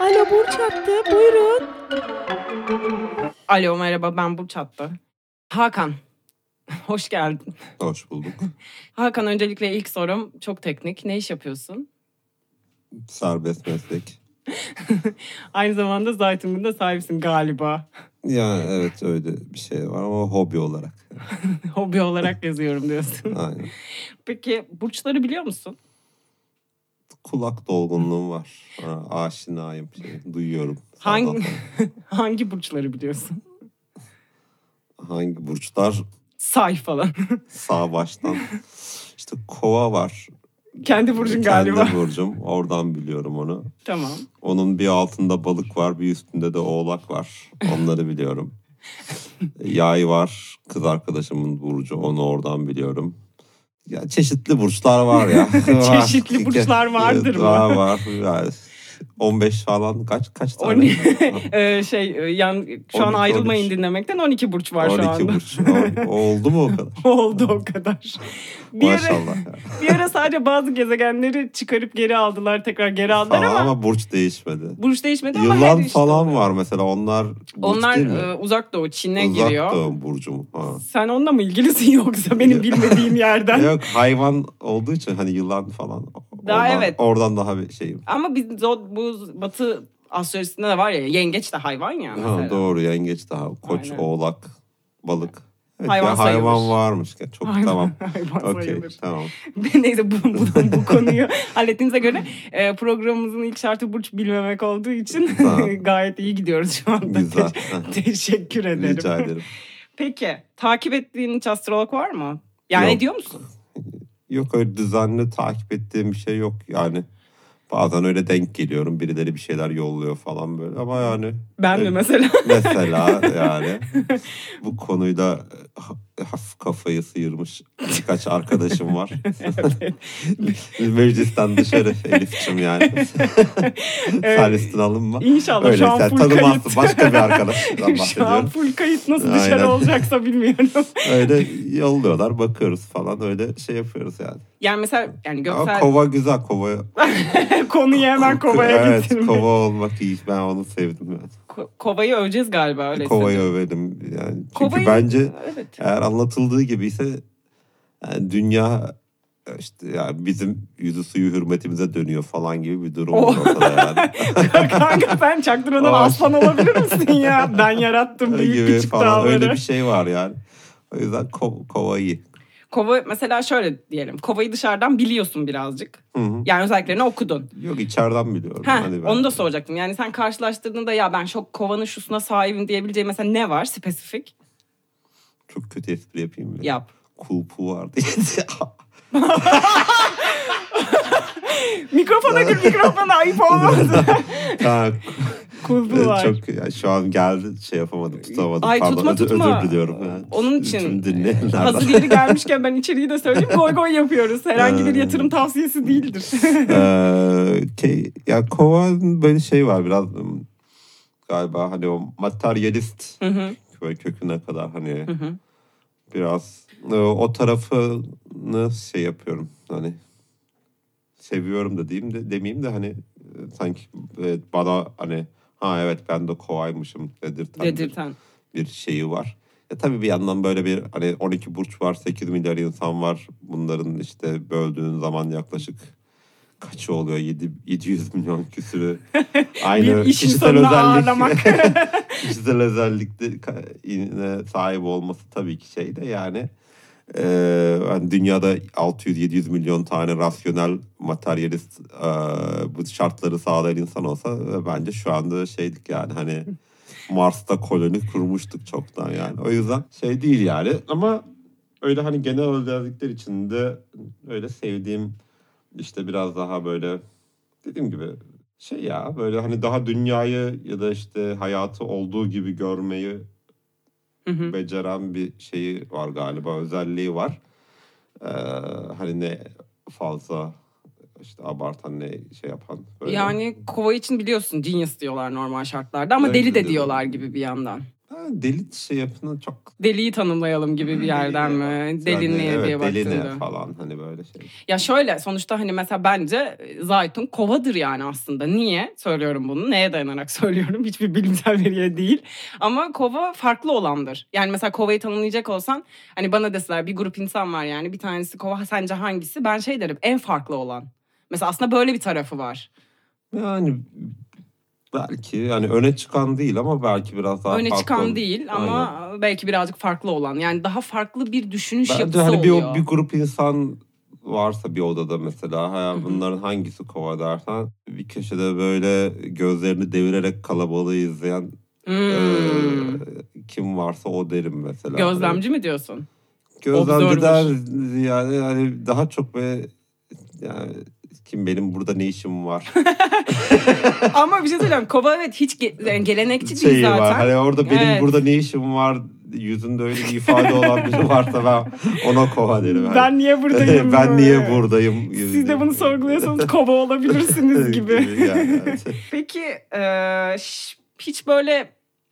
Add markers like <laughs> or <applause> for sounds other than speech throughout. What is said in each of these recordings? Alo Burç Hattı buyurun. Alo merhaba ben Burç Hattı. Hakan. Hoş geldin. Hoş bulduk. Hakan öncelikle ilk sorum çok teknik. Ne iş yapıyorsun? <laughs> Serbest meslek. Aynı zamanda Zaytung'un da sahibisin galiba. <laughs> Yani evet öyle bir şey var ama hobi olarak. <laughs> Hobi olarak yazıyorum diyorsun. Aynen. <laughs> Peki burçları biliyor musun? Kulak dolgunluğum var. Ha, aşinayım. Şey, duyuyorum. Hangi- Sağdan. <laughs> Hangi burçları biliyorsun? Hangi burçlar? Say falan. Sağ baştan. İşte kova var. <laughs> Kendi burcun galiba. Kendi burcum. Oradan biliyorum onu. Tamam. Onun bir altında balık var, bir üstünde de oğlak var. <laughs> Onları biliyorum. Yay var, kız arkadaşımın burcu, onu oradan biliyorum. Ya çeşitli burçlar <laughs> var ya. Var. Çeşitli <laughs> burçlar vardır mı? Var var. Yani 15 falan kaç kaç On- tane? Ee, şey e, yan şu an 12, ayrılmayın 13. dinlemekten 12 burç <laughs> var şu 12 anda. burç. O- Oldu mu o kadar? <laughs> Oldu o kadar. <laughs> <laughs> Bir ara, Maşallah. ya. <laughs> bir ara sadece bazı gezegenleri çıkarıp geri aldılar tekrar geri aldılar Falan ama, ama burç değişmedi. burç değişmedi ama her Yılan işte- falan var mesela onlar burç Onlar değil mi? e, uzak doğu Çin'e Uzak giriyor. doğum burcu mu? Ha. Sen onunla mı ilgilisin <laughs> yoksa benim Ya. <laughs> bilmediğim yerden? Yok hayvan olduğu için hani yılan falan. Daha oradan, evet. Oradan daha bir şeyim. ama biz zo- bu batı astrolojisinde de var ya yengeç de hayvan ya mesela. Ha, doğru yengeç daha. Koç, Aynen. oğlak, balık. Evet, Hayvan ya, hayvan sayılır. varmış. Ya, <laughs> Çok Hayvan- tamam. <laughs> hayvan Okey sayılır. <laughs> tamam. Neyse bu, bu, bu <laughs> konuyu hallettiğinize göre e, programımızın ilk şartı burç bilmemek olduğu için Tamam. <laughs> gayet iyi gidiyoruz şu anda. Güzel. Teşekkür ederim. Rica ederim. Peki takip ettiğin hiç astrolog var mı? Yani Yok. diyor musun? Yok öyle düzenli takip ettiğim bir şey yok yani. Bazen öyle denk geliyorum. Birileri bir şeyler yolluyor falan böyle ama yani Ben mi Evet. mesela? <laughs> mesela yani bu konuyla e, ha- hafif kafayı sıyırmış birkaç arkadaşım var. <laughs> evet. <laughs> Meclisten dışarı Elif'cim yani. Sen <laughs> Evet. üstüne alınma. İnşallah Öyle şu an sen full tanımazsın. kayıt. Başka <laughs> bir arkadaşından şu an bahsediyorum. full kayıt nasıl Aynen. dışarı olacaksa bilmiyorum. Öyle yolluyorlar bakıyoruz falan öyle şey yapıyoruz yani. <laughs> Yani mesela yani Ama göksel kova güzel kova. <laughs> konuyu hemen kovaya evet, getirme. kova olmak iyi ben onu sevdim. Yani. Ko- kovayı öveceğiz galiba öyle. <laughs> Kovayı övelim yani. Çünkü Kovayı- bence Evet. eğer anlatıldığı gibiyse yani dünya işte yani bizim yüzü suyu hürmetimize dönüyor falan gibi bir durum var Oh. ortada <laughs> yani. Kanka sen çaktırmadan Ay. aslan olabilir misin ya? Ben yarattım büyük gibi küçük falan öyle dağları. bir şey var yani. O yüzden ko- kova iyi. Kova mesela şöyle diyelim. Kovayı dışarıdan biliyorsun birazcık. Hı hı. Yani özelliklerini okudun. Yok içeriden biliyorum. Ha, Hani ben- onu da soracaktım. Yani sen karşılaştırdığında ya ben çok kovanın şusuna sahibim diyebileceğin mesela ne var spesifik? Çok kötü espri yapayım mı? Yap. Kulpu vardı. <laughs> <laughs> Mikrofona gül mikrofona <laughs> ayıp olmaz. Ha, e, Kulbu var. çok yani şu an geldi şey yapamadım tutamadım. Ay, Pardon tutma, özür, tutma. özür diliyorum. Yani. Onun için- e, Tüm dinleyenlerden. Hazır yeri gelmişken ben içeriği de söyleyeyim. Goy goy yapıyoruz. Herhangi bir yatırım tavsiyesi değildir. <laughs> Ee, key- ya kovan böyle şey var biraz ım, galiba hani o materyalist Hı hı, böyle köküne kadar hani hı hı. biraz e, o tarafını şey yapıyorum hani seviyorum da diyeyim de demeyeyim de hani e, sanki e, bana hani ha evet ben de kovaymışım dedirten Dedirten. bir şeyi var. Ya tabii bir yandan böyle bir hani 12 burç var, 8 milyar insan var. Bunların işte böldüğün zaman yaklaşık kaçı oluyor? 7 700 milyon <laughs> küsürü. Bir Aynı iş kişisel insanını özellik. ağırlamak. <laughs> <laughs> kişisel özellikte ka- yine sahip olması tabii ki şey de yani e, hani dünyada 600-700 milyon tane rasyonel materyalist e, bu şartları sağlayan insan olsa e, bence şu anda şeydik yani hani Mars'ta koloni kurmuştuk çoktan yani. O yüzden şey değil yani ama öyle hani genel özellikler içinde öyle sevdiğim işte biraz daha böyle dediğim gibi şey ya böyle hani daha dünyayı ya da işte hayatı olduğu gibi görmeyi Hı hı. beceren bir şeyi var galiba özelliği var. Ee, hani ne fazla işte abartan ne şey yapan. böyle. Yani kova için biliyorsun genius diyorlar normal şartlarda ama Öyle deli de diyorlar. diyorlar gibi bir yandan. Ha, deli şey yapına çok Deliği tanımlayalım gibi bir yerden mi? Delinliğe yani, diye evet, deli ne baktığında. falan hani böyle şey. Ya şöyle sonuçta hani mesela bence Zaytun kovadır yani aslında. Niye söylüyorum bunu? Neye dayanarak <laughs> söylüyorum? Hiçbir bilimsel veriye değil. Ama kova farklı olandır. Yani mesela kovayı tanımlayacak olsan hani bana deseler bir grup insan var yani bir tanesi kova sence hangisi? Ben şey derim en farklı olan. Mesela aslında böyle bir tarafı var. Yani belki yani öne çıkan değil ama belki biraz daha Öne farklı çıkan olan. değil ama belki birazcık farklı olan. Yani daha farklı bir düşünüş Bence yapısı hani bir, oluyor. bir grup insan varsa bir odada mesela ha, bunların hangisi kova dersen bir köşede böyle gözlerini devirerek kalabalığı izleyen Hmm. e, kim varsa o derim mesela. Hani Gözlemci mi <laughs> diyorsun? Gözlemci Observer. der yani, yani daha çok ve yani kim benim burada ne işim var Ama bir şey söyleyeyim. Kova evet hiç ge- yani gelenekçi değil şeyi zaten. var. Hani orada benim Evet. burada ne işim var yüzünde öyle bir ifade olan biri varsa ben ona kova derim. Hani. Ben niye buradayım? <laughs> ben niye Evet. buradayım? Siz de bunu sorguluyorsanız kova olabilirsiniz gibi. Yani, evet. <laughs> Peki e, ş- hiç böyle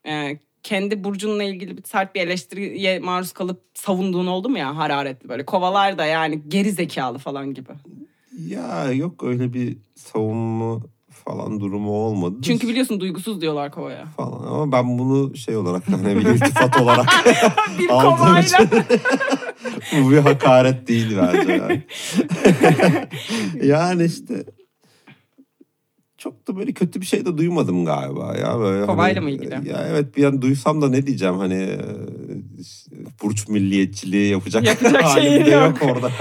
e, kendi burcunla ilgili bir sert bir eleştiriye maruz kalıp savunduğun oldu mu ya hararetli böyle kovalar da yani geri zekalı falan gibi. Ya yok öyle bir savunma falan durumu olmadı. Çünkü biliyorsun duygusuz diyorlar kovaya. falan ama ben bunu şey olarak hani bir iltifat olarak Bir Aldığım kovayla için. bu bir hakaret değil bence yani. yani işte çok da böyle kötü bir şey de duymadım galiba ya böyle. Kovayla hani- mı ilgili? Ya evet bir an duysam da ne diyeceğim hani e, burç milliyetçiliği <laughs> yapacak, Yapacak <laughs> halim şey de yok. orada. <laughs>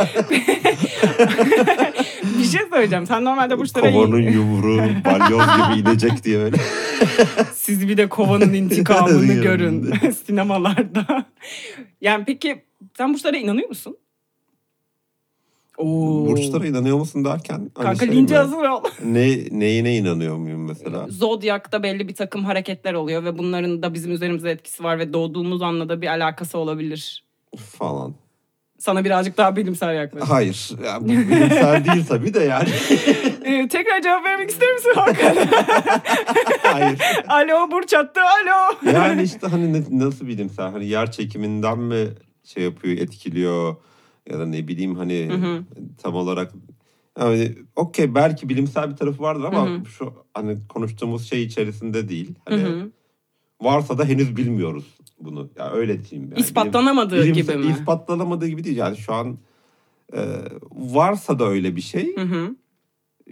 bir şey söyleyeceğim. Sen normalde <laughs> burçlara Kovanın yumruğu balyoz gibi inecek diye böyle. Siz bir de <laughs> kovanın intikamını Yarın. görün <laughs> sinemalarda. Yani peki sen burçlara inanıyor musun? <laughs> Oo. Burçlara inanıyor musun derken hani Kanka şey mi? lince hazır ol. Ne, neyine inanıyor muyum mesela? Zodyak'ta belli bir takım hareketler oluyor ve bunların da bizim üzerimize etkisi var ve doğduğumuz anla da bir alakası olabilir. Falan. Sana birazcık daha bilimsel yaklaş. Hayır. Ya, bu bilimsel değil tabii de yani. <laughs> Ee, tekrar cevap vermek ister misin Hakan? Hayır. alo Burç attı alo. Yani işte hani ne- nasıl bilimsel? Hani yer çekiminden mi şey yapıyor, etkiliyor? Ya da ne bileyim hani Hı hı. tam olarak yani okey belki bilimsel bir tarafı vardır ama Hı hı. şu hani konuştuğumuz şey içerisinde değil. Hı Hani hı. varsa da henüz bilmiyoruz bunu. Ya öyle diyeyim yani. İspatlanamadığı Bilim- gibi mi? İspatlanamadığı gibi değil. Yani şu an e, varsa da öyle bir şey. Hı hı.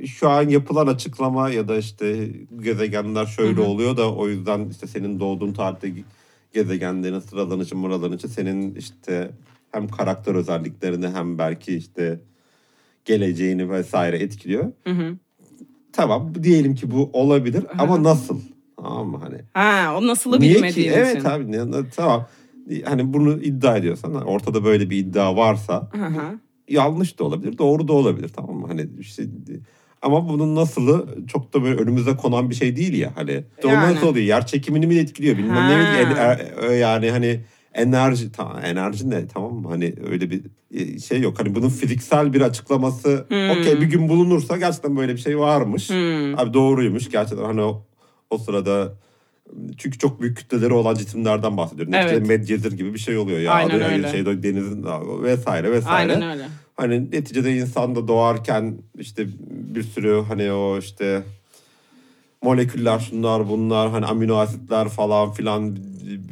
Şu an yapılan açıklama ya da işte gezegenler şöyle Hı hı. oluyor da o yüzden işte senin doğduğun tarihte ge- gezegenlerin sıralanışı mıralanışı senin işte hem karakter özelliklerini hem belki işte geleceğini vesaire etkiliyor. Hı hı. Tamam diyelim ki bu olabilir Aha. ama nasıl? Tamam mı hani? Ha o nasılı Niye ki? bilmediğin için. Evet abi ne- ne- tamam. Hani bunu iddia ediyorsan ortada böyle bir iddia varsa Hı hı. yanlış da olabilir, doğru da olabilir tamam mı? Hani işte ama bunun nasılı çok da böyle önümüze konan bir şey değil ya hani. İşte o Yani. nasıl oluyor? Yer çekimini mi etkiliyor bilmem ne mi Ha. en- e- yani hani enerji tamam enerji ne tamam mı? Hani öyle bir e, şey yok. Hani bunun fiziksel bir açıklaması Hmm. okey bir gün bulunursa gerçekten böyle bir şey varmış. Hmm. Abi doğruymuş gerçekten hani o, o sırada çünkü çok büyük kütleleri olan cisimlerden bahsediyorum. Evet. Evet. Medcezir gibi bir şey oluyor ya. Aynen Yani öyle. Şeyde, denizin vesaire vesaire. Aynen öyle. Hani neticede insan da doğarken işte bir sürü hani o işte moleküller şunlar bunlar hani amino asitler falan filan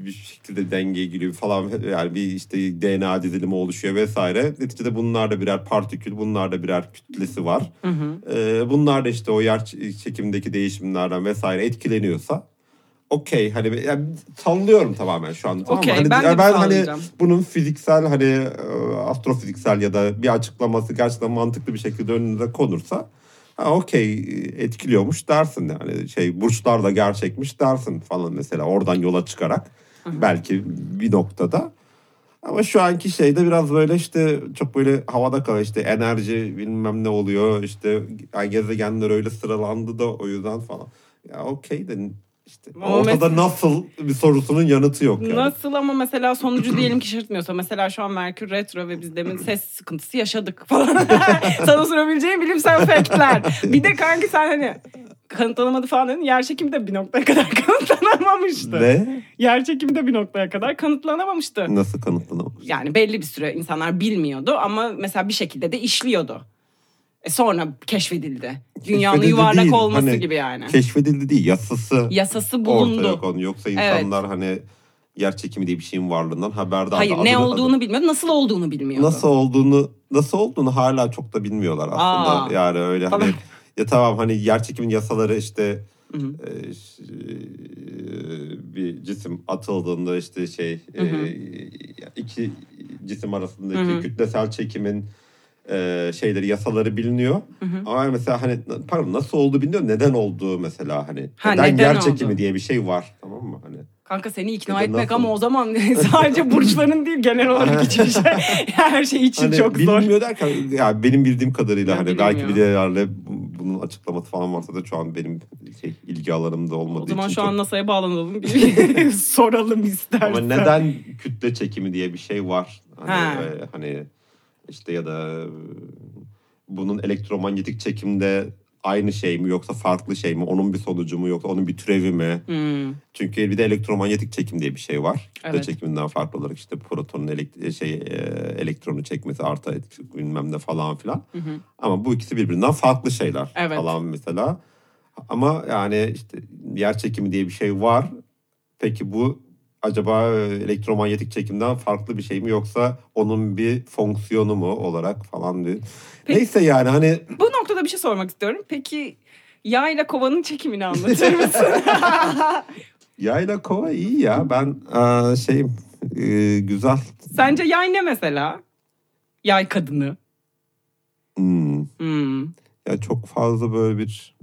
bir şekilde dengeye giriyor falan yani bir işte DNA dizilimi oluşuyor vesaire. Neticede bunlar da birer partikül, bunlar da birer kütlesi var. Hı hı. Ee, bunlar da işte o yer ç- çekimindeki değişimlerden vesaire etkileniyorsa okey hani yani sallıyorum tamamen şu anda. tamam mı? Okey, Hani- ben de yani bir hani sallayacağım. bunun fiziksel hani e, astrofiziksel ya da bir açıklaması gerçekten mantıklı bir şekilde önünüze konursa ha okey e, etkiliyormuş dersin yani şey burçlar da gerçekmiş dersin falan mesela oradan yola çıkarak belki bir noktada ama şu anki şeyde biraz böyle işte çok böyle havada kalıyor işte enerji bilmem ne oluyor işte ay gezegenler öyle sıralandı da o yüzden falan. Ya okey de işte Ama ortada mes- nasıl bir sorusunun yanıtı yok yani. Nasıl ama mesela sonucu diyelim ki şaşırtmıyorsa. Mesela şu an Merkür retro ve biz demin ses sıkıntısı <laughs> yaşadık falan. Sana sunabileceğim bilimsel faktler. Bir de kanki sen hani kanıtlanamadı falan dedin. Yerçekimi de bir noktaya kadar <laughs> kanıtlanamamıştı. Ne? Yerçekimi de bir noktaya kadar kanıtlanamamıştı. Nasıl kanıtlanamamış? Yani belli bir süre insanlar bilmiyordu ama mesela bir şekilde de işliyordu. E sonra keşfedildi. Dünyanın Keşfedildi yuvarlak değil, olması hani gibi yani. Keşfedildi değil yasası Yasası ortaya bulundu. kondu. Yoksa Evet. insanlar hani yer çekimi diye bir şeyin varlığından haberdar. Hayır Adını- ne adını- olduğunu bilmiyordu, nasıl olduğunu bilmiyordu. nasıl olduğunu nasıl olduğunu hala çok da bilmiyorlar aslında. Aa. Yani öyle hani Tamam. ya tamam hani yer çekimin yasaları işte Hı hı. e, ş- e, bir cisim atıldığında işte şey e, Hı hı. iki cisim arasındaki Hı hı. kütlesel çekimin e, şeyleri yasaları biliniyor. Hı hı. Ama mesela hani pardon nasıl oldu biliniyor neden olduğu mesela hani Ha, neden, neden yer çekimi oldu? diye bir şey var tamam mı hani Kanka seni ikna Ya da etmek nasıl? ama o zaman <laughs> sadece burçların değil genel <laughs> olarak için şey. <laughs> Her şey için hani çok zor. bilinmiyor derken ya benim bildiğim kadarıyla Ya hani bilmiyorum belki ya. bir de herhalde bunun açıklaması falan varsa da şu an benim şey, ilgi alanımda olmadığı O zaman için şu çok- an NASA'ya bağlanalım. Bir <laughs> soralım istersen. <laughs> ama neden kütle çekimi diye bir şey var Ha. hani, e, hani işte ya da e, bunun elektromanyetik çekimde aynı şey mi yoksa farklı şey mi onun bir sonucu mu yoksa onun bir türevi mi Hmm. çünkü bir de elektromanyetik çekim diye bir şey var kütle Evet. çekiminden farklı olarak işte protonun elekt- şey e, elektronu çekmesi artı etkisi bilmem ne falan filan Hı hı. Ama bu ikisi birbirinden farklı şeyler Evet. falan mesela. Ama yani işte yer çekimi diye bir şey var. Peki bu acaba e, elektromanyetik çekimden farklı bir şey mi yoksa onun bir fonksiyonu mu olarak falan diye. Peki- Neyse yani hani Bu noktada bir şey sormak istiyorum. Peki yayla kovanın çekimini anlatır mısın? <laughs> yayla kova iyi ya ben e, şeyim e, güzel. Sence yay ne mesela? Yay kadını. Hmm. Hmm. Ya çok fazla böyle bir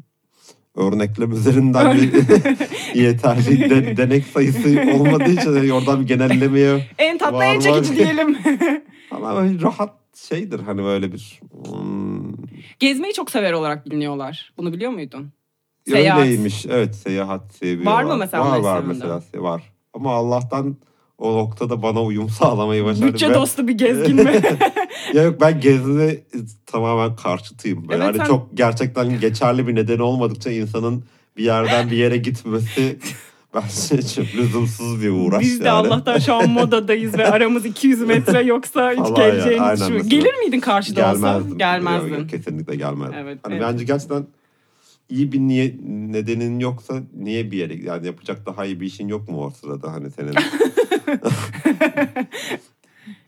örneklem üzerinden bir <laughs> yeterli de- denek sayısı olmadığı için hani oradan bir genellemeye En tatlı en Var, çekici var. <laughs> diyelim. Ama böyle rahat şeydir hani böyle bir hmm, Gezmeyi çok sever olarak biliniyorlar. Bunu biliyor muydun? Seyahat. öyleymiş. Evet seyahat seviyorlar. Var mı mesela Var onların var sınavında? mesela se- var. Ama Allah'tan o noktada bana uyum <laughs> sağlamayı başardı. Bütçe Ben- dostu bir gezgin mi? <laughs> ya yok ben gezme tamamen karşıtıyım. Böyle Evet, hani sen- çok gerçekten geçerli bir neden olmadıkça insanın bir yerden bir <laughs> yere gitmesi bence çok lüzumsuz bir uğraş. Biz de <laughs> yani. Allah'tan şu an modadayız ve aramız 200 metre yoksa hiç Vallahi ya, geleceğini aynen düşünmüyorum. mesela. Gelir miydin karşıda olsa? Gelmezdim. Gelmezdin. Yok, yok, kesinlikle gelmezdim. Evet, hani evet. bence gerçekten iyi bir niye nedenin yoksa niye bir yere yani yapacak daha iyi bir işin yok mu o sırada <laughs> hani senin? <laughs>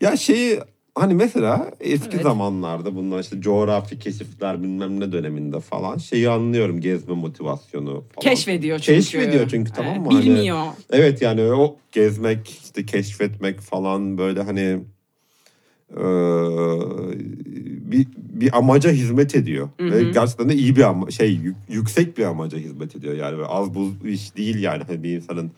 ya şeyi hani mesela eski Evet. zamanlarda bunlar işte coğrafi keşifler bilmem ne döneminde falan şeyi anlıyorum gezme motivasyonu falan. Keşfediyor çünkü. Keşfediyor çünkü, tamam Evet, mı? Hani- Bilmiyor. Evet yani o gezmek, işte keşfetmek falan böyle hani eee, bir, bir amaca hizmet ediyor. Hı hı. Ve gerçekten de iyi bir ama, şey yü- yüksek bir amaca hizmet ediyor. Yani böyle az buz bir iş değil yani Hani bir insanın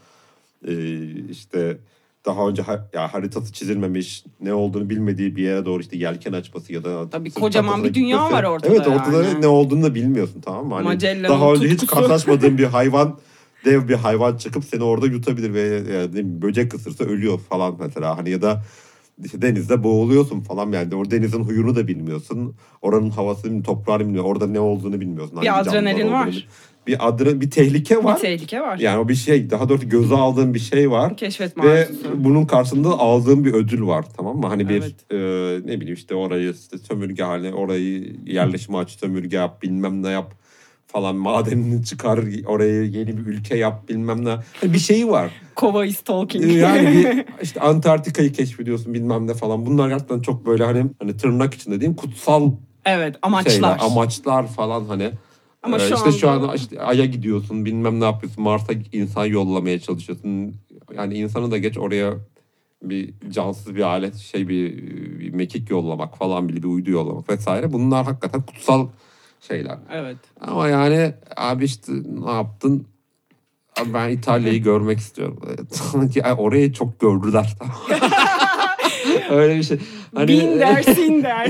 eee, işte daha önce ha- ya haritası çizilmemiş, ne olduğunu bilmediği bir yere doğru işte yelken açması ya da Tabii sırt kocaman bir çantasına dünya gitmesi. var ortada Evet ortada yani. ne olduğunu da bilmiyorsun tamam mı? Hani Magellan'ın daha önce hiç tutkusu. karşılaşmadığın bir hayvan dev bir hayvan çıkıp seni orada yutabilir ve yani ne bileyim, böcek ısırsa ölüyor falan mesela hani ya da işte denizde boğuluyorsun falan yani o denizin huyunu da bilmiyorsun oranın havasını toprağını bilmiyorsun orada ne olduğunu bilmiyorsun Bir hangi canlılar adrenalin olduğunu var. bil- bir adre bir tehlike Bir var tehlike var. yani o bir şey daha doğrusu göze aldığın bir şey var Keşfetme ve arzusu. bunun karşılığında aldığım bir ödül var tamam mı? Hani bir Evet. e, ne bileyim işte orayı işte sömürge haline orayı yerleşime aç sömürge yap bilmem ne yap falan madenini çıkar oraya yeni bir ülke yap bilmem ne. Hani bir şeyi var. Kova stalking. <laughs> Yani bir, işte Antarktika'yı keşfediyorsun bilmem ne falan. Bunlar gerçekten çok böyle hani hani tırnak içinde diyeyim kutsal evet amaçlar. şeyler, amaçlar falan hani. Ama Ee, şu işte şu anda- an işte Ay'a gidiyorsun, bilmem ne yapıyorsun, Mars'a insan yollamaya çalışıyorsun. Yani insanı da geç oraya bir cansız bir alet, şey bir, bir mekik yollamak falan bile bir uydu yollamak vesaire. Bunlar hakikaten kutsal şeyler. Evet. Ama yani abi işte ne yaptın? Abi <laughs> ben İtalya'yı görmek istiyorum. <laughs> Sanki orayı çok gördüler. <laughs> Öyle bir şey. Hani- Bin der, sin der.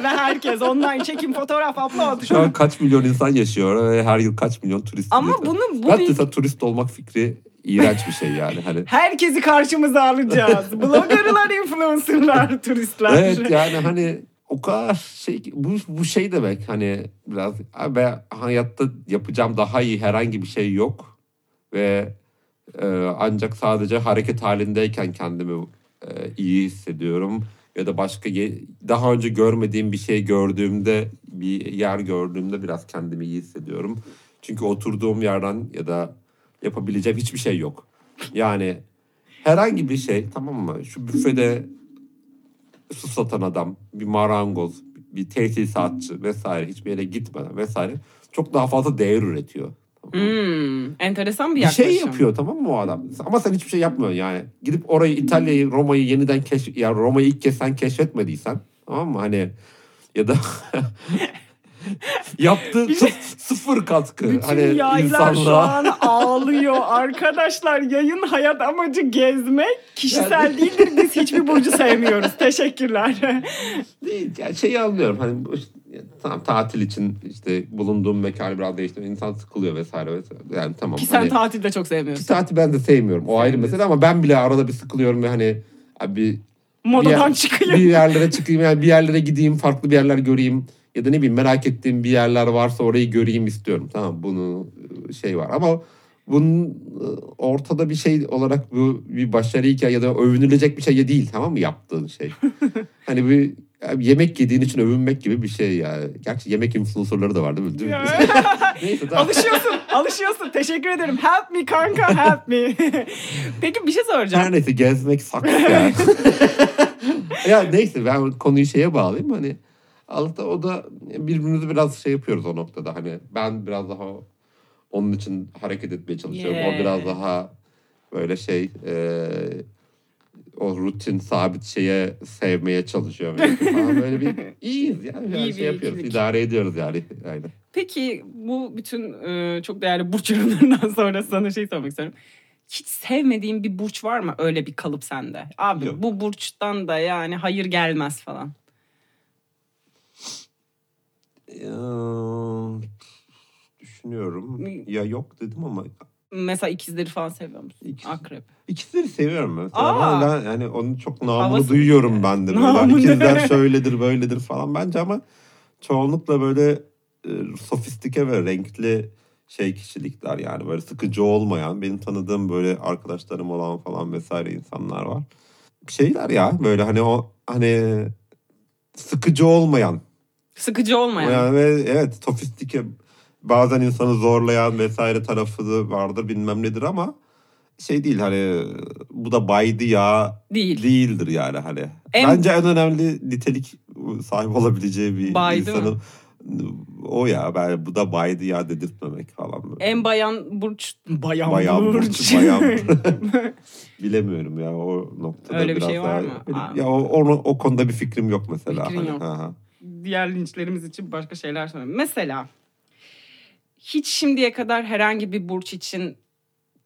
<laughs> Ve herkes online çekim, fotoğraf, upload. Şu an kaç milyon insan yaşıyor ve her yıl kaç milyon turist Ama gidiyor. bunu- bu Zaten bir- mesela turist olmak fikri iğrenç bir şey yani hani. <laughs> Herkesi karşımıza alacağız. Bloggerlar, influencerlar, turistler. evet yani hani o kadar şey ki- bu, bu şey demek hani biraz "Abi ben hayatta yapacağım daha iyi herhangi bir şey yok ve e, ancak sadece hareket halindeyken kendimi e, iyi hissediyorum ya da başka ye- daha önce görmediğim bir şey gördüğümde bir yer gördüğümde biraz kendimi iyi hissediyorum. Çünkü oturduğum yerden ya da yapabileceğim hiçbir şey yok. Yani herhangi bir şey tamam mı? Şu büfede su satan adam, bir marangoz, bir tesisatçı vesaire hiçbir yere gitmeden vesaire çok daha fazla değer üretiyor. Tamam mı? Hmm, enteresan bir Bir yaklaşım. şey yapıyor tamam mı o adam? Ama sen hiçbir şey yapmıyorsun yani. Gidip orayı İtalya'yı, Roma'yı yeniden keş ya Roma'yı ilk kez sen keşfetmediysen tamam mı? Hani ya da <laughs> yaptığı sıf- sıfır katkı Bütün hani yaylar şu insanlığa. an ağlıyor. Arkadaşlar yayın hayat amacı gezmek kişisel Yani- değildir. Biz hiçbir burcu sevmiyoruz. Teşekkürler. Değil, yani şeyi anlıyorum hani bu işte, ya tam tatil için işte bulunduğum mekanı biraz değiştiriyor. insan sıkılıyor vesaire vesaire. Yani tamam. Ki sen hani- tatilde çok Ki sevmiyorsun. saati ben de sevmiyorum. O ayrı mesele ama ben bile arada bir sıkılıyorum ve hani abi bir, Modadan yer- çıkıyor. <laughs> bir yerlere çıkayım yani bir yerlere gideyim farklı bir yerler göreyim ya da ne bileyim merak ettiğim bir yerler varsa orayı göreyim istiyorum. Tamam bunu e, şey var ama bunun e, ortada bir şey olarak bu bir başarı hikaye ya da övünülecek bir şey değil tamam mı yaptığın şey. hani bir yani yemek yediğin için övünmek gibi bir şey yani. Gerçi yemek influencerları da var değil mi? Değil mi? <laughs> Neyse tamam. alışıyorsun, alışıyorsun. Teşekkür ederim. Help me kanka, help me. <laughs> Peki bir şey soracağım. Her <laughs> neyse gezmek saklı ya. ya neyse ben konuyu şeye bağlayayım hani Allah'ta o da birbirimizi biraz şey yapıyoruz o noktada hani ben biraz daha onun için hareket etmeye çalışıyorum. Yeah. O biraz daha böyle şey e, o rutin sabit şeye sevmeye <laughs> çalışıyor. Falan. Böyle bir iyiyiz ya. Yani İyi bir şey yapıyoruz. ikilik. idare ediyoruz yani. Aynen. Peki bu bütün e, çok değerli burç yorumlarından sonra sana şey sormak istiyorum. Hiç sevmediğin bir burç var mı öyle bir kalıp sende? Abi Yok. bu burçtan da yani hayır gelmez falan. düşünüyorum. Ya yok dedim ama Mesela ikizleri falan seviyor musun? İkiz- Akrep. İkizleri seviyorum ben. Aa. Ama ben yani onun çok namını Havası- şey. duyuyorum ben de. Böyle. Namını. <laughs> İkizler şöyledir böyledir falan bence ama çoğunlukla böyle e, sofistike ve renkli şey kişilikler yani böyle sıkıcı olmayan benim tanıdığım böyle arkadaşlarım olan falan vesaire insanlar var. Şeyler ya böyle hani o hani sıkıcı olmayan Sıkıcı olmayan. yani ve evet sofistike bazen insanı zorlayan vesaire tarafı da vardır bilmem nedir ama şey değil hani bu da baydı ya Değil. değildir yani hani. En- Bence en önemli nitelik sahip olabileceği bir Baydı insanın o ya ben bu da baydı ya dedirtmemek falan. böyle. En bayan burç. Bayan, Bayan burç, <laughs> burç. bayan <laughs> Bilemiyorum ya o noktada Öyle bir biraz şey daha- var mı? Aa. Ya o, o, o konuda bir fikrim yok mesela. Fikrin hani, yok. hı hı. <laughs> diğer linçlerimiz için başka şeyler söyleyeyim. Mesela hiç şimdiye kadar herhangi bir burç için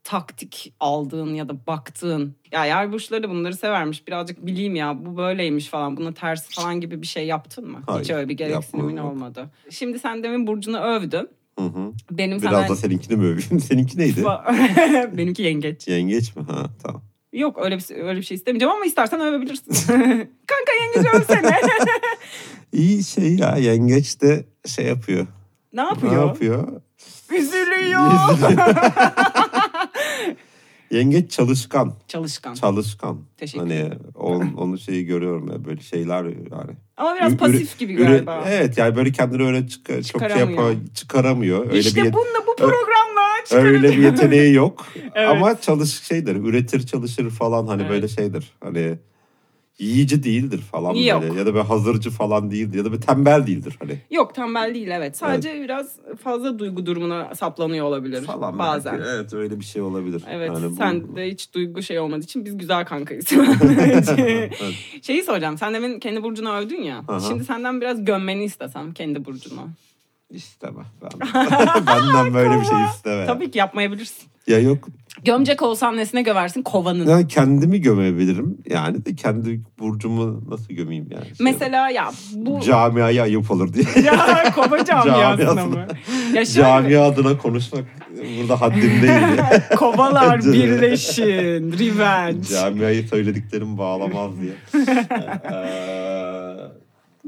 taktik aldığın ya da baktığın ya yer burçları da bunları severmiş birazcık bileyim ya bu böyleymiş falan buna tersi falan gibi bir şey yaptın mı? Hayır, hiç öyle bir gereksinimin yapmadım. olmadı. Şimdi sen demin burcunu övdün. Hı hı. Benim Biraz da seninkini mi öveyim? <laughs> Seninki neydi? senden... <laughs> Benimki yengeç. Yengeç mi? Ha tamam. Yok öyle bir, öyle bir şey istemeyeceğim ama istersen övebilirsin. <laughs> Kanka yengeç övsene. <laughs> İyi şey ya yengeç de şey yapıyor. ne Ne yapıyor? yapıyor? Üzülüyor. Yengeç çalışkan. Çalışkan. Çalışkan. Teşekkür Hani on, onu şeyi görüyorum ya böyle şeyler yani. Ama biraz Üre- pasif gibi Üre- galiba. evet yani böyle kendini öyle çıka- çok şey Çıkaramıyor. yapa- çıkaramıyor. Öyle işte bir yet- bununla bu programla çıkaracağım. öyle bir yeteneği yok. <laughs> Evet. Ama çalış şeydir. Üretir çalışır falan hani Evet. böyle şeydir. Hani yiyici değildir falan Yok. böyle ya da böyle hazırcı falan değildir ya da böyle tembel değildir hani. Yok tembel değil evet. Sadece biraz fazla duygu durumuna saplanıyor olabilir Falan bazen. belki. Evet öyle bir şey olabilir. Evet Yani bu- sen de hiç duygu şey olmadığı için biz güzel kankayız. <laughs> Evet. Şeyi soracağım sen demin kendi burcunu övdün ya. Aha. Şimdi senden biraz gömmeni istesem kendi burcunu. İsteme. Ben, <laughs> <laughs> benden böyle bir şey isteme. Tabii ki yapmayabilirsin. Ya yok. Gömcek olsan nesine göversin kovanın. Ya kendimi gömebilirim. Yani de kendi burcumu nasıl gömeyim yani? Şey, Mesela ya bu... Camiaya ayıp olur diye. <laughs> ya kova camiasına mı? Ya şöyle- e, Cami adına konuşmak burada haddim <laughs> değil. diye. <laughs> Kovalar birleşin. Revenge. <laughs> Camiayı söylediklerim bağlamaz diye. Ee,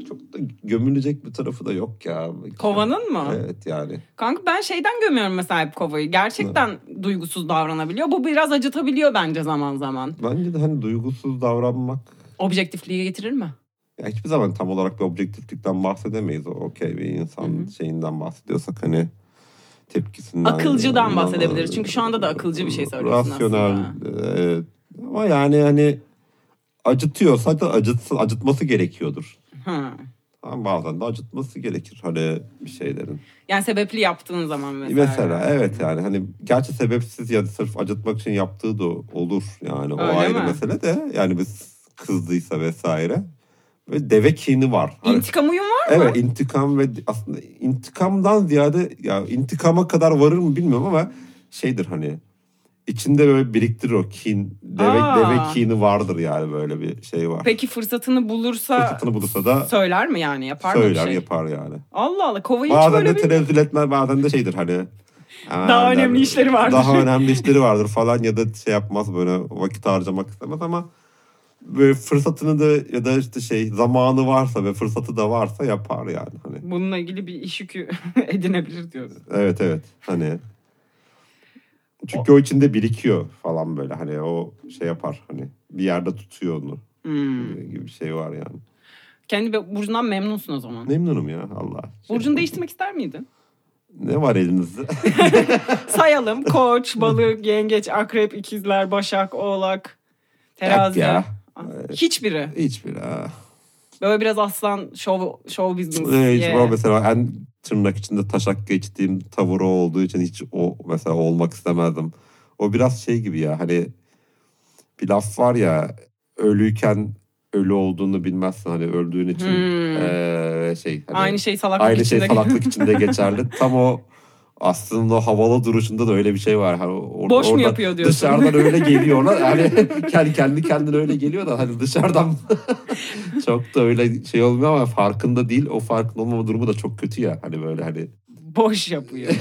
çok da gömülecek bir tarafı da yok ya. Kovanın mı? Evet yani. Kanka ben şeyden gömüyorum mesela hep kovayı. Gerçekten duygusuz davranabiliyor. Bu biraz acıtabiliyor bence zaman zaman. Bence de hani duygusuz davranmak Objektifliği getirir mi? ya hiçbir zaman tam olarak bir objektiflikten bahsedemeyiz. O Okey bir insan Hı hı. şeyinden bahsediyorsak hani tepkisinden. Akılcıdan ondan- bahsedebiliriz. Çünkü şu anda da akılcı bir şey söylüyorsun Rasyonel. evet. Ama yani hani acıtıyorsa zaten acıtsın, acıtması gerekiyordur. Ha. Ama bazen de acıtması gerekir hani bir şeylerin. Yani sebepli yaptığın zaman mesela. Mesela, evet yani hani gerçi sebepsiz ya da sırf acıtmak için yaptığı da olur yani o Öyle ayrı mi? mesele de yani biz kızdıysa vesaire ve deve kini var. Hani- İntikam uyum var. evet intikam ve aslında intikamdan ziyade ya intikama kadar varır mı bilmiyorum ama şeydir hani içinde böyle biriktirir o kin deve Aa. deve kini vardır yani böyle bir şey var. Peki fırsatını bulursa Fırsatını bulursa da söyler mi yani? Yapar mı bir söyler şey? yapar yani. Allah Allah. Kovayı hiç Bazen böyle de bir... tenezzül etmez bazen de şeydir hani. "Aa, Daha der- önemli işleri vardır." Daha önemli işleri vardır falan ya da şey yapmaz böyle vakit harcamak istemez ama böyle fırsatını da ya da işte şey zamanı varsa ve fırsatı da varsa yapar yani hani. Bununla ilgili bir iş yükü <laughs> edinebilir diyoruz. Evet evet hani. Çünkü o içinde birikiyor falan böyle hani o şey yapar hani bir yerde tutuyor onu Hmm. gibi bir şey var yani. Kendi be- burcundan memnunsun o zaman. Memnunum ya Allah. Şey- Burcunu değiştirmek ister miydin? Ne var elinizde? <laughs> Sayalım. Koç, balık, yengeç, akrep, ikizler, başak, oğlak, <laughs> terazi. Ah, Yok ya. Hiçbiri. Hiçbir ha. Böyle biraz aslan show, show business. Evet, Yeah. ama mesela en tırnak içinde taşak geçtiğim tavır o olduğu için hiç o mesela olmak istemezdim. O biraz şey gibi ya hani bir laf var ya ölüyken ölü olduğunu bilmezsin hani öldüğün için Hmm. eee, şey hani, Aynı şey salaklık aynı şey içinde. salaklık içinde geçerli. Tam o aslında o havalı duruşunda da öyle bir şey var. Hani or- Boş mu orada yapıyor diyorsun? Dışarıdan öyle geliyorlar. Hani <laughs> kendi kendi kendine öyle geliyor da hani dışarıdan <laughs> çok da öyle şey olmuyor ama farkında değil. O farkında olmama durumu da çok kötü ya. Hani böyle hani <laughs> Boş yapıyor.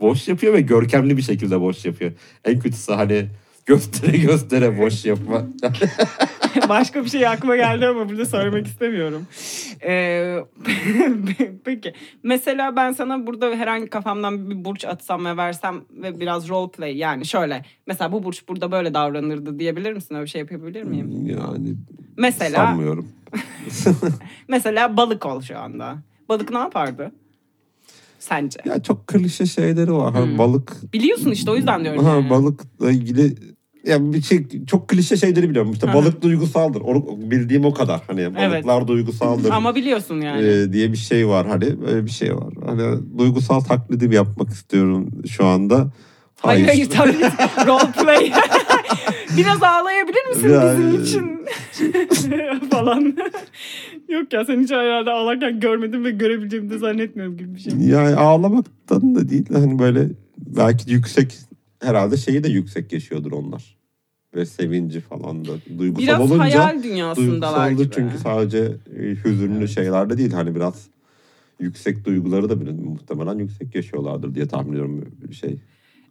boş yapıyor ve görkemli bir şekilde boş yapıyor. En kötüsü hani göstere göstere boş yapma. <laughs> Başka bir şey aklıma geldi ama burada söylemek istemiyorum. Ee, <laughs> peki. Mesela ben sana burada herhangi kafamdan bir burç atsam ve versem ve biraz role play yani şöyle. Mesela bu burç burada böyle davranırdı diyebilir misin? Öyle bir şey yapabilir miyim? yani Mesela Hmm, sanmıyorum. mesela balık ol şu anda. Balık ne yapardı? Sence? Ya çok klişe şeyleri var. Hani Hmm. Balık Biliyorsun işte o yüzden diyorum. Ha, yani. balıkla ilgili ya bir şey çok klişe şeyleri biliyorum. İşte Aha. balık duygusaldır. Onu bildiğim o kadar. Hani balıklar duygusaldır Ama biliyorsun yani. e, diye bir şey var hani böyle bir şey var. Hani duygusal taklidi yapmak istiyorum şu anda. hayır hayır tabii. role play. <laughs> Biraz ağlayabilir misin Ya, bizim e, için? <laughs> falan. Yok ya sen hiç herhalde ağlarken görmedim ve görebileceğimi de zannetmiyorum gibi bir şey. Yani ağlamaktan da değil hani böyle belki de yüksek herhalde şeyi de yüksek yaşıyordur onlar. Ve sevinci falan da duygusal Biraz olunca. hayal dünyasındalar Duygusaldır gibi. çünkü sadece e, hüzünlü şeylerde değil hani biraz yüksek duyguları da bile muhtemelen yüksek yaşıyorlardır diye tahmin ediyorum bir şey.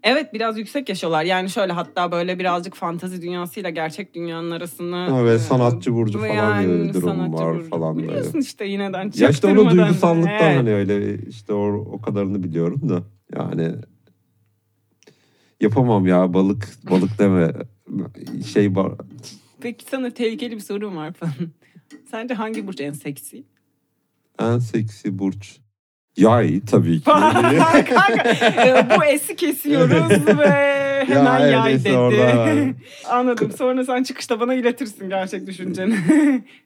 Evet biraz yüksek yaşıyorlar. Yani şöyle hatta böyle birazcık fantazi dünyasıyla gerçek dünyanın arasını... Ha, ve e, sanatçı burcu ve falan gibi bir durum var falan böyle. Biliyorsun işte yineden Ya işte onu çaktırmadan. duygusallıktan Evet. hani öyle işte o, o kadarını biliyorum da yani yapamam ya balık balık deme şey var. Peki sana tehlikeli bir sorum var falan. <laughs> Sence hangi burç en seksi? en seksi burç. Yay <laughs> tabii ki. Kanka, e, bu esi kesiyoruz ve hemen <laughs> Ya, yay neyse, dedi. orada- <laughs> Anladım. Sonra sen çıkışta bana iletirsin gerçek düşünceni.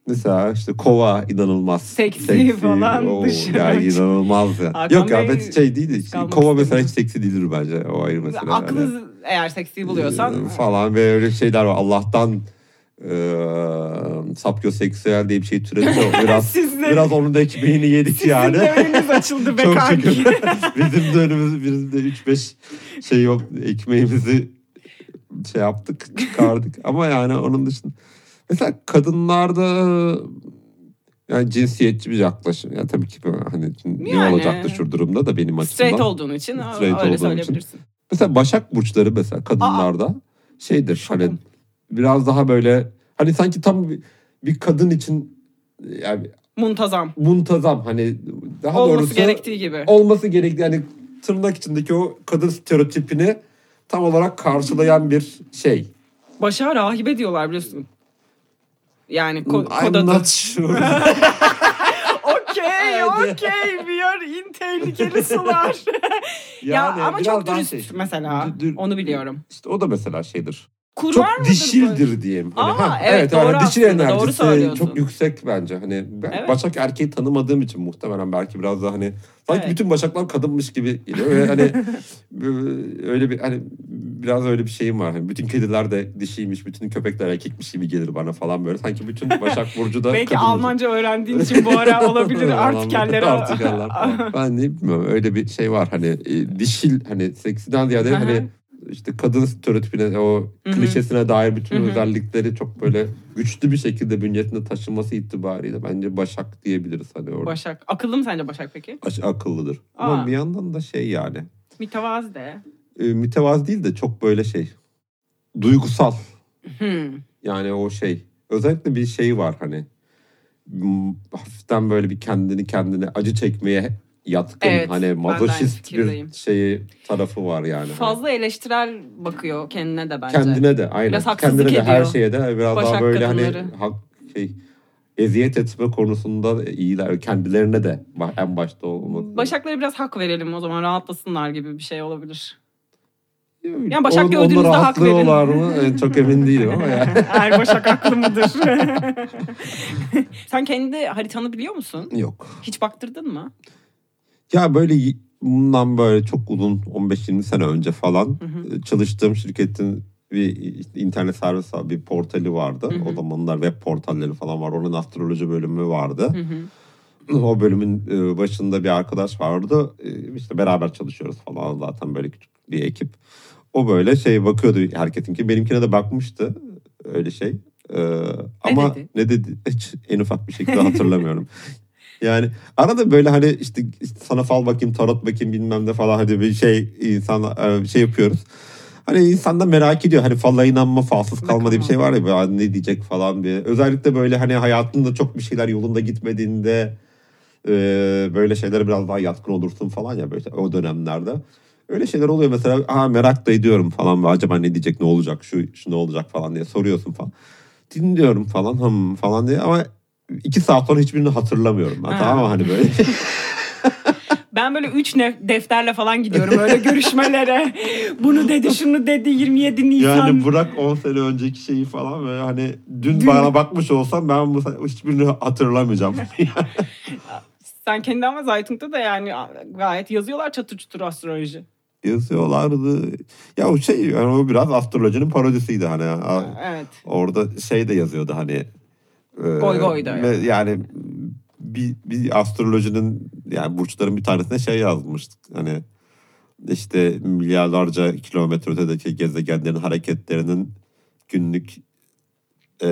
Mesela işte kova inanılmaz. Seksi falan dışarı Yani çık- inanılmaz ya. Hakan Yok ya Bey- ben şey değil de Kalmak kova mesela istemiyorum. hiç seksi değildir bence. O ayrı mesela. <laughs> Ee, Aklınız eğer seksi <laughs> buluyorsan. Falan ve öyle şeyler var. Allah'tan e, sapyoseksüel diye bir şey <laughs> türedi. o Biraz, Siz de- biraz onun da ekmeğini yedik Sizin yani. de önünüz açıldı be <laughs> Çok kanki. şükür. bizim de önümüz, bizim de 3-5 şey yok. Ekmeğimizi şey yaptık, <laughs> çıkardık. Ama yani onun dışında mesela kadınlarda yani cinsiyetçi bir yaklaşım. Yani tabii ki böyle hani ne Yani. olacaktı şu durumda da benim <laughs> açımdan. Straight olduğun için Straight öyle olduğum söyleyebilirsin. Mesela başak burçları mesela kadınlarda şeydir hani Şokum. biraz daha böyle hani sanki tam bir, bir kadın için yani Muntazam. muntazam hani daha Olması doğrusu gerektiği gibi. olması gerektiği yani tırnak içindeki o kadın stereotipini tam olarak karşılayan bir şey. Başa rahibe diyorlar biliyorsun. Yani ko- kod I'm adı. not sure. <laughs> Okey, okey. We are in tehlikeli <laughs> sular. Yani ya ama biraz çok daha dürüst şey. mesela. Dü- dü- Onu biliyorum. İşte o da mesela şeydir. Kur çok var mıdır böyle? dişildir diyeyim. Hani, Aa, ha, evet, evet, yani doğru dişil aslında, doğru enerjisi söylüyorsun. çok yüksek bence. Hani ben Evet. Başak erkeği tanımadığım için muhtemelen belki biraz daha hani sanki Evet. bütün Başaklar kadınmış gibi geliyor. <laughs> Ve hani e, öyle bir hani biraz öyle bir şeyim var. Hani bütün kediler de dişiymiş, bütün köpekler erkekmiş gibi gelir bana falan böyle. Sanki bütün Başak Burcu <laughs> da Belki kadınmış. Almanca öğrendiğin için bu <laughs> ara olabilir artikeller. <laughs> Artikeller falan. Ben ne bilmiyorum öyle bir şey var hani e, dişil hani seksiden ziyade Hı hı. hani işte kadın stereotipine o Hı hı. klişesine dair bütün Hı hı. özellikleri çok böyle güçlü bir şekilde bünyesinde taşınması itibariyle bence Başak diyebiliriz hani orada. Başak. Akıllı mı sence Başak peki? Aş- akıllıdır. Aa. Ama bir yandan da şey yani Mütevazı de. e, mütevazı değil de çok böyle şey duygusal Hmm. Yani o şey. Özellikle bir şey var hani. m- Hafiften böyle bir kendini kendine acı çekmeye yatkın. Evet, ben de hani aynı mazoşist bir fikirdeyim. şeyi tarafı var yani. Fazla eleştirel bakıyor kendine de bence. Hani Kendine de aynen. Biraz haksızlık kendine de her ediyor. şeye de biraz Başak daha böyle hani kadınları. hak, şey eziyet etme konusunda iyiler. Kendilerine de ba- en başta olmak. Başaklara biraz hak verelim o zaman rahatlasınlar gibi bir şey olabilir. yani Başak gördüğünüzde hak rahatlıyorlar mı? E, Çok emin değilim <laughs> ama yani. Eğer Başak haklı mıdır? <laughs> Sen kendi haritanı biliyor musun? Yok. Hiç baktırdın mı? Ya böyle y- bundan böyle çok uzun 15-20 sene önce falan Hı hı. e, çalıştığım şirketin bir işte internet servis bir portali vardı. Hı hı. O zamanlar web portalleri falan var. Onun astroloji bölümü vardı. Hı hı. O bölümün e, başında bir arkadaş vardı. E, İşte beraber çalışıyoruz falan zaten böyle küçük bir ekip. O böyle şey bakıyordu herkesinki. Benimkine de bakmıştı öyle şey. E, ama dedi? ne dedi hiç en ufak bir <laughs> şekilde hatırlamıyorum. Yani arada böyle hani işte, işte sana fal bakayım tarot bakayım bilmem ne falan hani bir şey insan e, şey yapıyoruz. Hani insan da merak ediyor. Hani falla inanma, falsız kalma diye bir şey var ya. böyle, Ne diyecek falan bir. Özellikle böyle hani hayatında çok bir şeyler yolunda gitmediğinde e, böyle şeylere biraz daha yatkın olursun falan ya böyle o dönemlerde. Öyle şeyler oluyor mesela ha merak da ediyorum falan acaba ne diyecek ne olacak şu, şu ne olacak falan diye soruyorsun falan. Dinliyorum falan hım falan diye ama iki saat sonra hiçbirini hatırlamıyorum ben Ha. tamam mı hani <laughs> böyle. Ben böyle üç nef- defterle falan gidiyorum öyle görüşmelere. Bunu dedi, şunu dedi, 27 Nisan. yani bırak 10 sene önceki şeyi falan böyle hani dün, Dün- bana bakmış olsam ben bu hiçbirini <laughs> hatırlamayacağım. <laughs> Sen kendi ama Zaytung'da da yani gayet yazıyorlar çatır çutur astroloji. Yazıyorlardı. Ya o şey yani o biraz astrolojinin parodisiydi hani. A- Evet. Orada şey de yazıyordu hani. e, Goy goy da me- Yani bir, bir astrolojinin yani burçların bir tanesine şey yazmıştık hani işte milyarlarca kilometre ötedeki gezegenlerin hareketlerinin günlük e,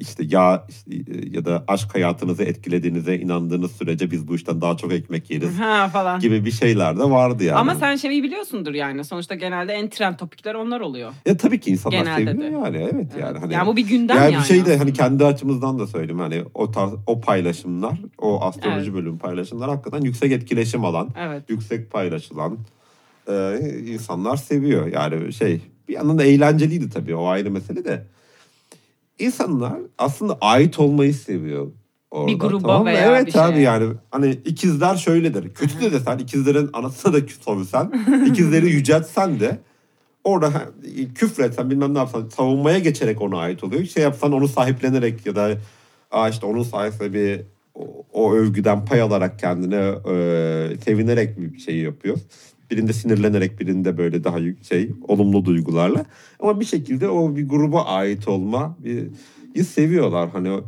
işte ya işte ya da aşk hayatınızı etkilediğinize inandığınız sürece biz bu işten daha çok ekmek yeriz Ha falan. gibi bir şeyler de vardı yani. Ama sen şeyi biliyorsundur yani. Sonuçta genelde en trend topikler onlar oluyor. ya tabii ki insanlar Genelde seviyor de. yani evet yani hani yani bu bir gündem Yani yani. bir şey de hani aslında. kendi açımızdan da söyleyeyim hani o tarz o paylaşımlar, o astroloji bölümü paylaşımlar hakikaten yüksek etkileşim alan, Evet. yüksek paylaşılan e, insanlar seviyor. Yani şey bir yandan da eğlenceliydi tabii o ayrı mesele de. İnsanlar aslında ait olmayı seviyor. Orada, Bir gruba tamam mı? veya evet bir şeye. abi yani hani ikizler şöyledir. Kötü de desen ikizlerin anasına da sövsen, ikizleri yüceltsen de orada ha- küfretsen bilmem ne yapsan savunmaya geçerek ona ait oluyor. Şey yapsan onu sahiplenerek ya da Aa işte onun sayesinde bir o, o övgüden pay alarak kendine e, sevinerek bir şey yapıyor. Birinde sinirlenerek birinde böyle daha yük- şey olumlu duygularla. Ama bir şekilde o bir gruba ait olma bir, bir seviyorlar hani o-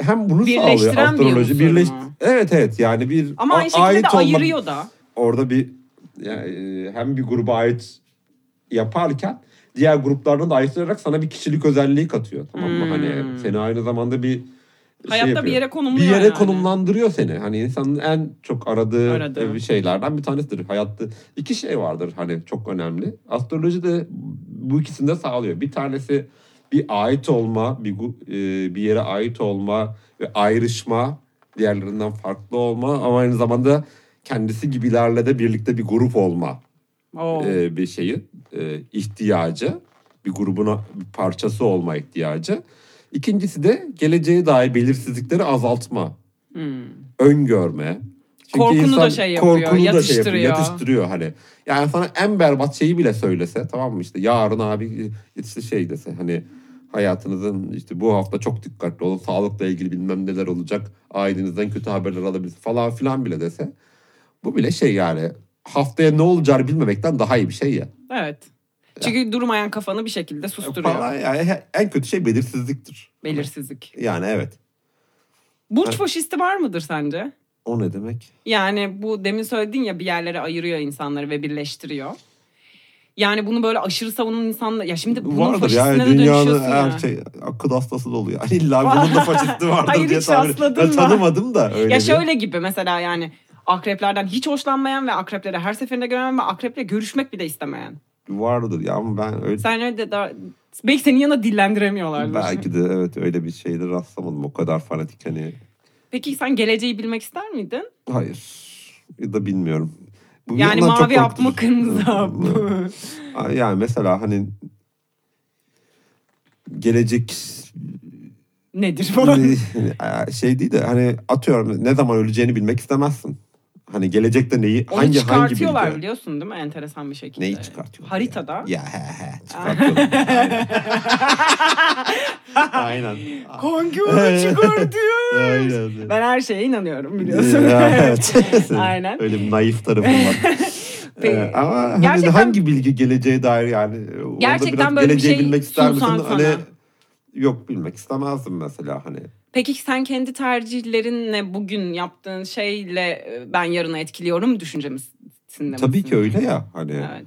hem bunu sağlıyor Birleştiren bir astroloji unsur birleş mu? evet evet yani bir Ama a- aynı şekilde de ait olma- ayırıyor da. orada bir yani, e, hem bir gruba ait yaparken diğer gruplardan da ayrılarak sana bir kişilik özelliği katıyor. Tamam mı? Hmm. Hani seni aynı zamanda bir şey Hayatta bir yapıyor. yere bir konumluyor yere yani. konumlandırıyor seni. Hani insanın en çok aradığı, Aradığı. e, şeylerden bir tanesidir. Hayatta iki şey vardır hani çok önemli. Astroloji de bu ikisini de sağlıyor. Bir tanesi bir ait olma, bir gu- e, bir yere ait olma ve ayrışma, diğerlerinden farklı olma ama aynı zamanda kendisi gibilerle de birlikte bir grup olma Oo. e, bir şeyi e, ihtiyacı bir grubuna bir parçası olma ihtiyacı. İkincisi de geleceğe dair belirsizlikleri azaltma, Hmm. öngörme. Korkunu da şey yapıyor, yatıştırıyor. yatıştırıyor hani. Yani sana en berbat şeyi bile söylese tamam mı işte yarın abi işte şey dese hani hayatınızın işte bu hafta çok dikkatli olun sağlıkla ilgili bilmem neler olacak ailenizden kötü haberler alabilirsiniz falan filan bile dese bu bile şey yani haftaya ne olacağını bilmemekten daha iyi bir şey ya. Evet. Çünkü durmayan kafanı bir şekilde susturuyor. Falan yani he- en kötü şey belirsizliktir. Belirsizlik. Yani evet. Burç Evet. faşisti var mıdır sence? O ne demek? Yani bu demin söylediğin ya bir yerlere ayırıyor insanları ve birleştiriyor. Yani bunu böyle aşırı savunan insanlar... Ya şimdi bunun Vardır faşistine yani de dünyanın dönüşüyorsun her ya. şey akıl hastası dolu yani. <laughs> İlla bunun da faşisti vardır Hayır, diye hiç tahmin rastladın Ben mı? tanımadım da öyle Ya bir- şöyle gibi mesela yani akreplerden hiç hoşlanmayan ve akrepleri her seferinde gören ve akreple görüşmek bile istemeyen. vardır ya ama ben öyle Sen öyle de daha- belki senin yanına dillendiremiyorlardır. belki de evet öyle bir şeyde rastlamadım o kadar fanatik hani. Peki sen geleceği bilmek ister miydin? Hayır. Ya da bilmiyorum. Bu bir Yani yandan çok mavi hap mı korkutucu. kırmızı hap <laughs> Evet. mı? yani mesela hani gelecek Nedir falan. Ee, şey değil de hani atıyorum ne zaman öleceğini bilmek istemezsin. Hani gelecekte neyi Onu <laughs> hangi hangi bilgi? çıkartıyorlar biliyorsun değil mi? Enteresan bir şekilde. Neyi çıkartıyorlar? Haritada. Ya, ya <laughs> he he çıkartıyorlar. Aynen. <laughs> Hangi onu çıkartıyor? Aynen. ben her şeye inanıyorum biliyorsun. <laughs> evet. Aynen. Öyle bir naif <laughs> tarafım var. Peki. Ee, ama hani Gerçekten- hangi bilgi geleceğe dair yani? Orada Gerçekten biraz böyle bir geleceği şey bilmek ister misin? sunsan Hani sana. yok bilmek istemezdim mesela hani. Peki sen kendi tercihlerinle bugün yaptığın şeyle e, ben yarına etkiliyorum düşüncemizsin Tabii ki öyle ya hani. Evet.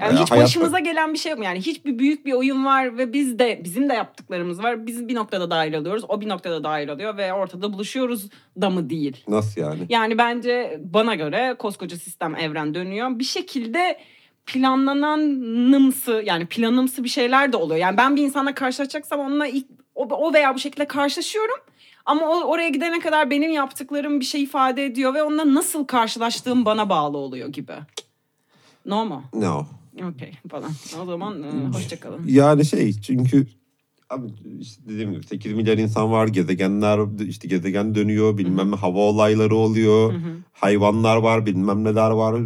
Yani Ya hiç hayat- başımıza gelen bir şey yok. mu? Yani hiçbir büyük bir oyun var ve biz de bizim de yaptıklarımız var. Biz bir noktada dahil alıyoruz. O bir noktada dahil alıyor ve ortada buluşuyoruz da mı değil. Nasıl yani? Yani bence bana göre koskoca sistem evren dönüyor. Bir şekilde planlananımsı yani planımsı bir şeyler de oluyor. Yani ben bir insanla karşılaşacaksam onunla ilk o, o veya bu şekilde karşılaşıyorum. Ama o, oraya gidene kadar benim yaptıklarım bir şey ifade ediyor ve onunla nasıl karşılaştığım bana bağlı oluyor gibi. No mu? No. Okey falan. O zaman e, hoşçakalın. Yani şey çünkü abi işte dediğim gibi 8 milyar insan var gezegenler işte gezegen dönüyor bilmem ne hava olayları oluyor hayvanlar var bilmem neler var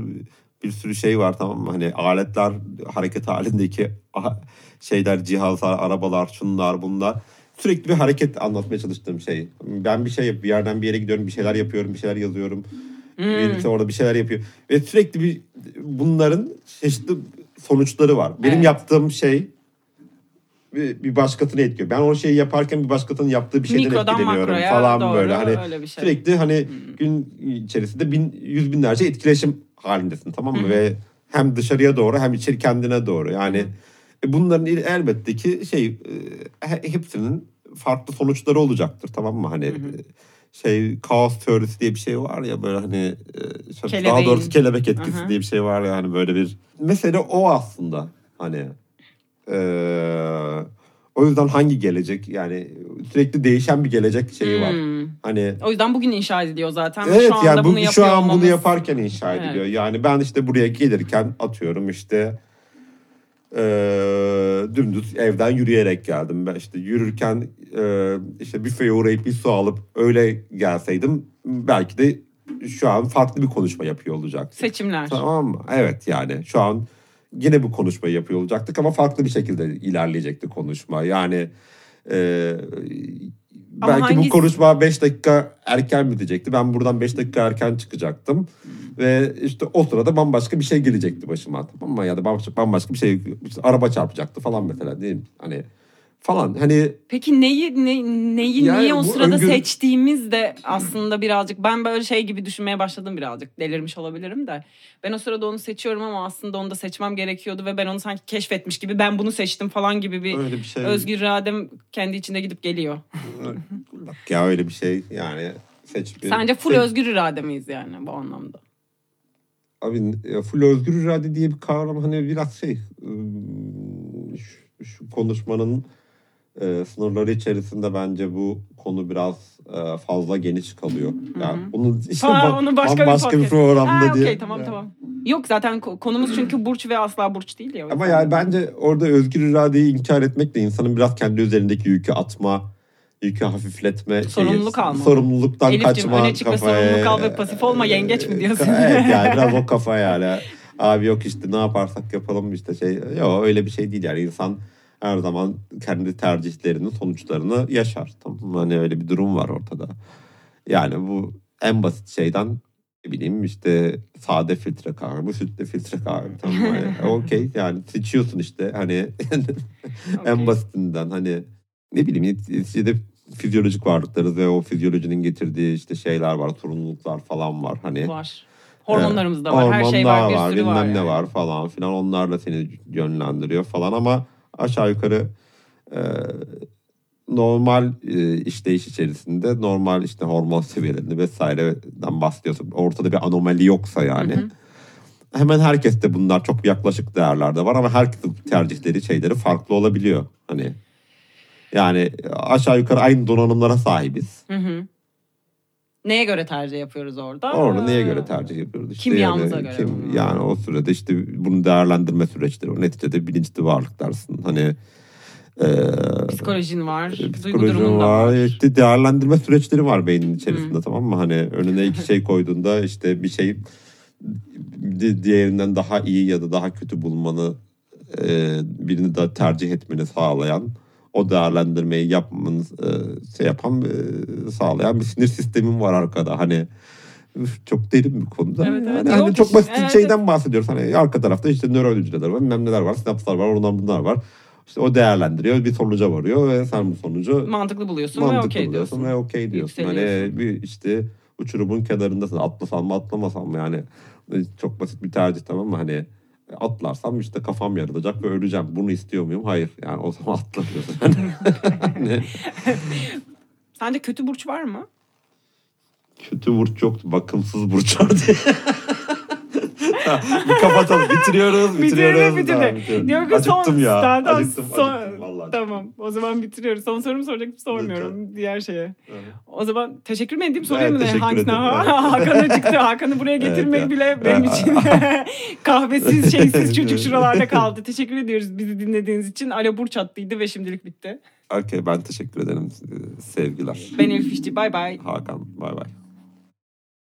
bir sürü şey var tamam mı hani aletler hareket halindeki aha- şeyler cihazlar arabalar şunlar bunlar sürekli bir hareket anlatmaya çalıştığım şey ben bir şey yap bir yerden bir yere gidiyorum bir şeyler yapıyorum bir şeyler yazıyorum birisi orada bir şeyler yapıyor ve sürekli bir bunların çeşitli sonuçları var benim Evet. yaptığım şey bir, bir başkasını etkiliyor. Ben o şeyi yaparken bir başkasının yaptığı bir şeyden Mikrodan etkileniyorum makroya, falan doğru, böyle. Hani öyle bir şey. sürekli hani gün içerisinde bin, yüz binlerce etkileşim halindesin tamam mı? Ve hem dışarıya doğru hem içeri kendine doğru. Yani e, bunların il- elbette ki şey e, he- hepsinin farklı sonuçları olacaktır tamam mı? Hani e, şey kaos teorisi diye bir şey var ya böyle hani e, şey- daha Kelebeğin. doğrusu kelebek etkisi Aha. diye bir şey var ya hani böyle bir mesele o aslında hani ee, o yüzden hangi gelecek yani sürekli değişen bir gelecek şeyi var. Hmm. Hani O yüzden bugün inşa ediliyor zaten. evet şu anda yani bu, bunu şu yapıyor an bunu olmamız- yaparken inşa Evet. ediliyor. Yani ben işte buraya gelirken atıyorum işte ee, dümdüz evden yürüyerek geldim. Ben işte yürürken ee, işte büfeye uğrayıp bir su alıp öyle gelseydim belki de şu an farklı bir konuşma yapıyor olacaktım. Seçimler. Tamam mı? Evet yani şu an yine bu konuşmayı yapıyor olacaktık ama farklı bir şekilde ilerleyecekti konuşma. Yani e, Ama belki bu hangisi- konuşma 5 dakika erken bitecekti. Ben buradan 5 dakika erken çıkacaktım. Ve işte o sırada bambaşka bir şey gelecekti başıma. Tamam mı? Ya da bambaşka, bambaşka bir şey işte araba çarpacaktı falan mesela değil mi? Hani falan hani Peki neyi ne- neyi Yani niye o bu sırada öngörü- seçtiğimiz de aslında birazcık ben böyle şey gibi düşünmeye başladım birazcık delirmiş olabilirim de ben o sırada onu seçiyorum ama aslında onu da seçmem gerekiyordu ve ben onu sanki keşfetmiş gibi ben bunu seçtim falan gibi bir öyle bir şey. özgür iradem kendi içinde gidip geliyor. Bak ya öyle bir şey yani seç bir- Sence full seç- özgür irade miyiz yani bu anlamda? Abi e, full özgür irade diye bir kavram hani biraz şey ım, şu, şu ıı, konuşmanın e, sınırları içerisinde bence bu konu biraz e, fazla geniş kalıyor. Yani bunu işte Ha, bak- onu başka bir bambaşka bir, podcast. programda Ha, diye. okey tamam Yani. tamam. Yok zaten ko- konumuz çünkü burç ve asla burç değil ya. Ama yani bence orada özgür iradeyi inkar etmekle insanın biraz kendi üzerindeki yükü atma, yükü hafifletme, şeyi- Sorumluluk alma. sorumluluktan Elif'cim kaçma öne çık ve sorumluluk al ve pasif olma, yengeç mi diyorsun? <laughs> evet yani biraz o kafa yani. Abi yok işte ne yaparsak yapalım işte şey. Yok öyle bir şey değil yani insan her zaman kendi tercihlerinin sonuçlarını yaşar. Tamam mı? Hani öyle bir durum var ortada. Yani bu en basit şeyden ne bileyim işte sade filtre kahve bu sütlü filtre kahve tamam mı? <laughs> Hani okey yani seçiyorsun işte hani <laughs> en Okey. basitinden hani ne bileyim neticede fizyolojik varlıklarız ve o fizyolojinin getirdiği işte şeyler var sorumluluklar falan var hani var. Hormonlarımız da var, her şey var, bir Hormonlar sürü bilmem var. ne yani. var falan filan onlarla seni yönlendiriyor falan ama aşağı yukarı e, normal e, işleyiş içerisinde normal işte hormon <laughs> seviyelerini vesaireden bahsediyorsun. Ortada bir anomali yoksa yani. Hı hı. Hemen herkeste bunlar çok yaklaşık değerlerde var ama herkesin tercihleri şeyleri farklı olabiliyor. Hani yani aşağı yukarı aynı donanımlara sahibiz. Hı hı. Neye göre tercih yapıyoruz orada? Orada neye Ha. göre tercih yapıyoruz? İşte Kimyamıza yani, göre Hmm. kim- bunlar. yani o sürede işte bunu değerlendirme süreçleri var. Neticede bilinçli varlıklarsın. Hani eee Ee, Psikolojin var, duygu psikoloji durumun da Ee, var. var. İşte değerlendirme süreçleri var beynin içerisinde tamam mı? Hani önüne iki şey koyduğunda işte bir şey di- diğerinden daha iyi ya da daha kötü bulmanı eee, birini de tercih etmeni sağlayan o değerlendirmeyi yapmanı eee, şey yapan eee, sağlayan bir sinir sistemin var arkada hani üf, çok derin bir konuda. Evet, evet. Yani hani Yok, çok basit bir evet, şeyden bahsediyoruz. Hani arka tarafta işte nöron hücreler var, bilmem neler var, sinapslar var, oradan bunlar var. İşte o değerlendiriyor, bir sonuca varıyor ve sen bu sonucu Mantıklı buluyorsun ve mantıklı okey buluyorsun diyorsun. ve okey diyorsun. Hani Yükseliyorsun. bir işte uçurumun kenarındasın. Atlasan mı atlamasan mı yani. e, Çok basit bir tercih tamam mı? Hani atlarsam işte kafam yarılacak ve öleceğim. Bunu istiyor muyum? Hayır. Yani o zaman <laughs> atlamıyorsun. Hani Sende kötü burç var <laughs> mı? Kötü burç yoktu. Bakımsız burç vardı. <laughs> bir kapatalım. Bitiriyoruz. Bitiriyoruz. Bitirdi, daha, bitirdi. bitiriyoruz. Diyor ki son Acıktım ya. stand-up, Acıktım. son- Acıktım. Vallahi. Tamam. O zaman bitiriyoruz. Son sorumu soracaktım sormuyorum diğer şeye. Evet. O zaman teşekkür mü edeyim soruyor Evet, mu? teşekkür Hangisine? ederim. Ha- <laughs> Hakan'ı çıktı. Hakan'ı buraya getirmek ya. bile benim Ya. için <laughs> kahvesiz şeysiz çocuk <laughs> Evet. şuralarda kaldı. Teşekkür ediyoruz bizi dinlediğiniz için. Alo Burç hattıydı ve şimdilik bitti. Okey ben teşekkür ederim. Ee, Sevgiler. Ben Elif İşçi. Bay bay. Hakan. Bay bay.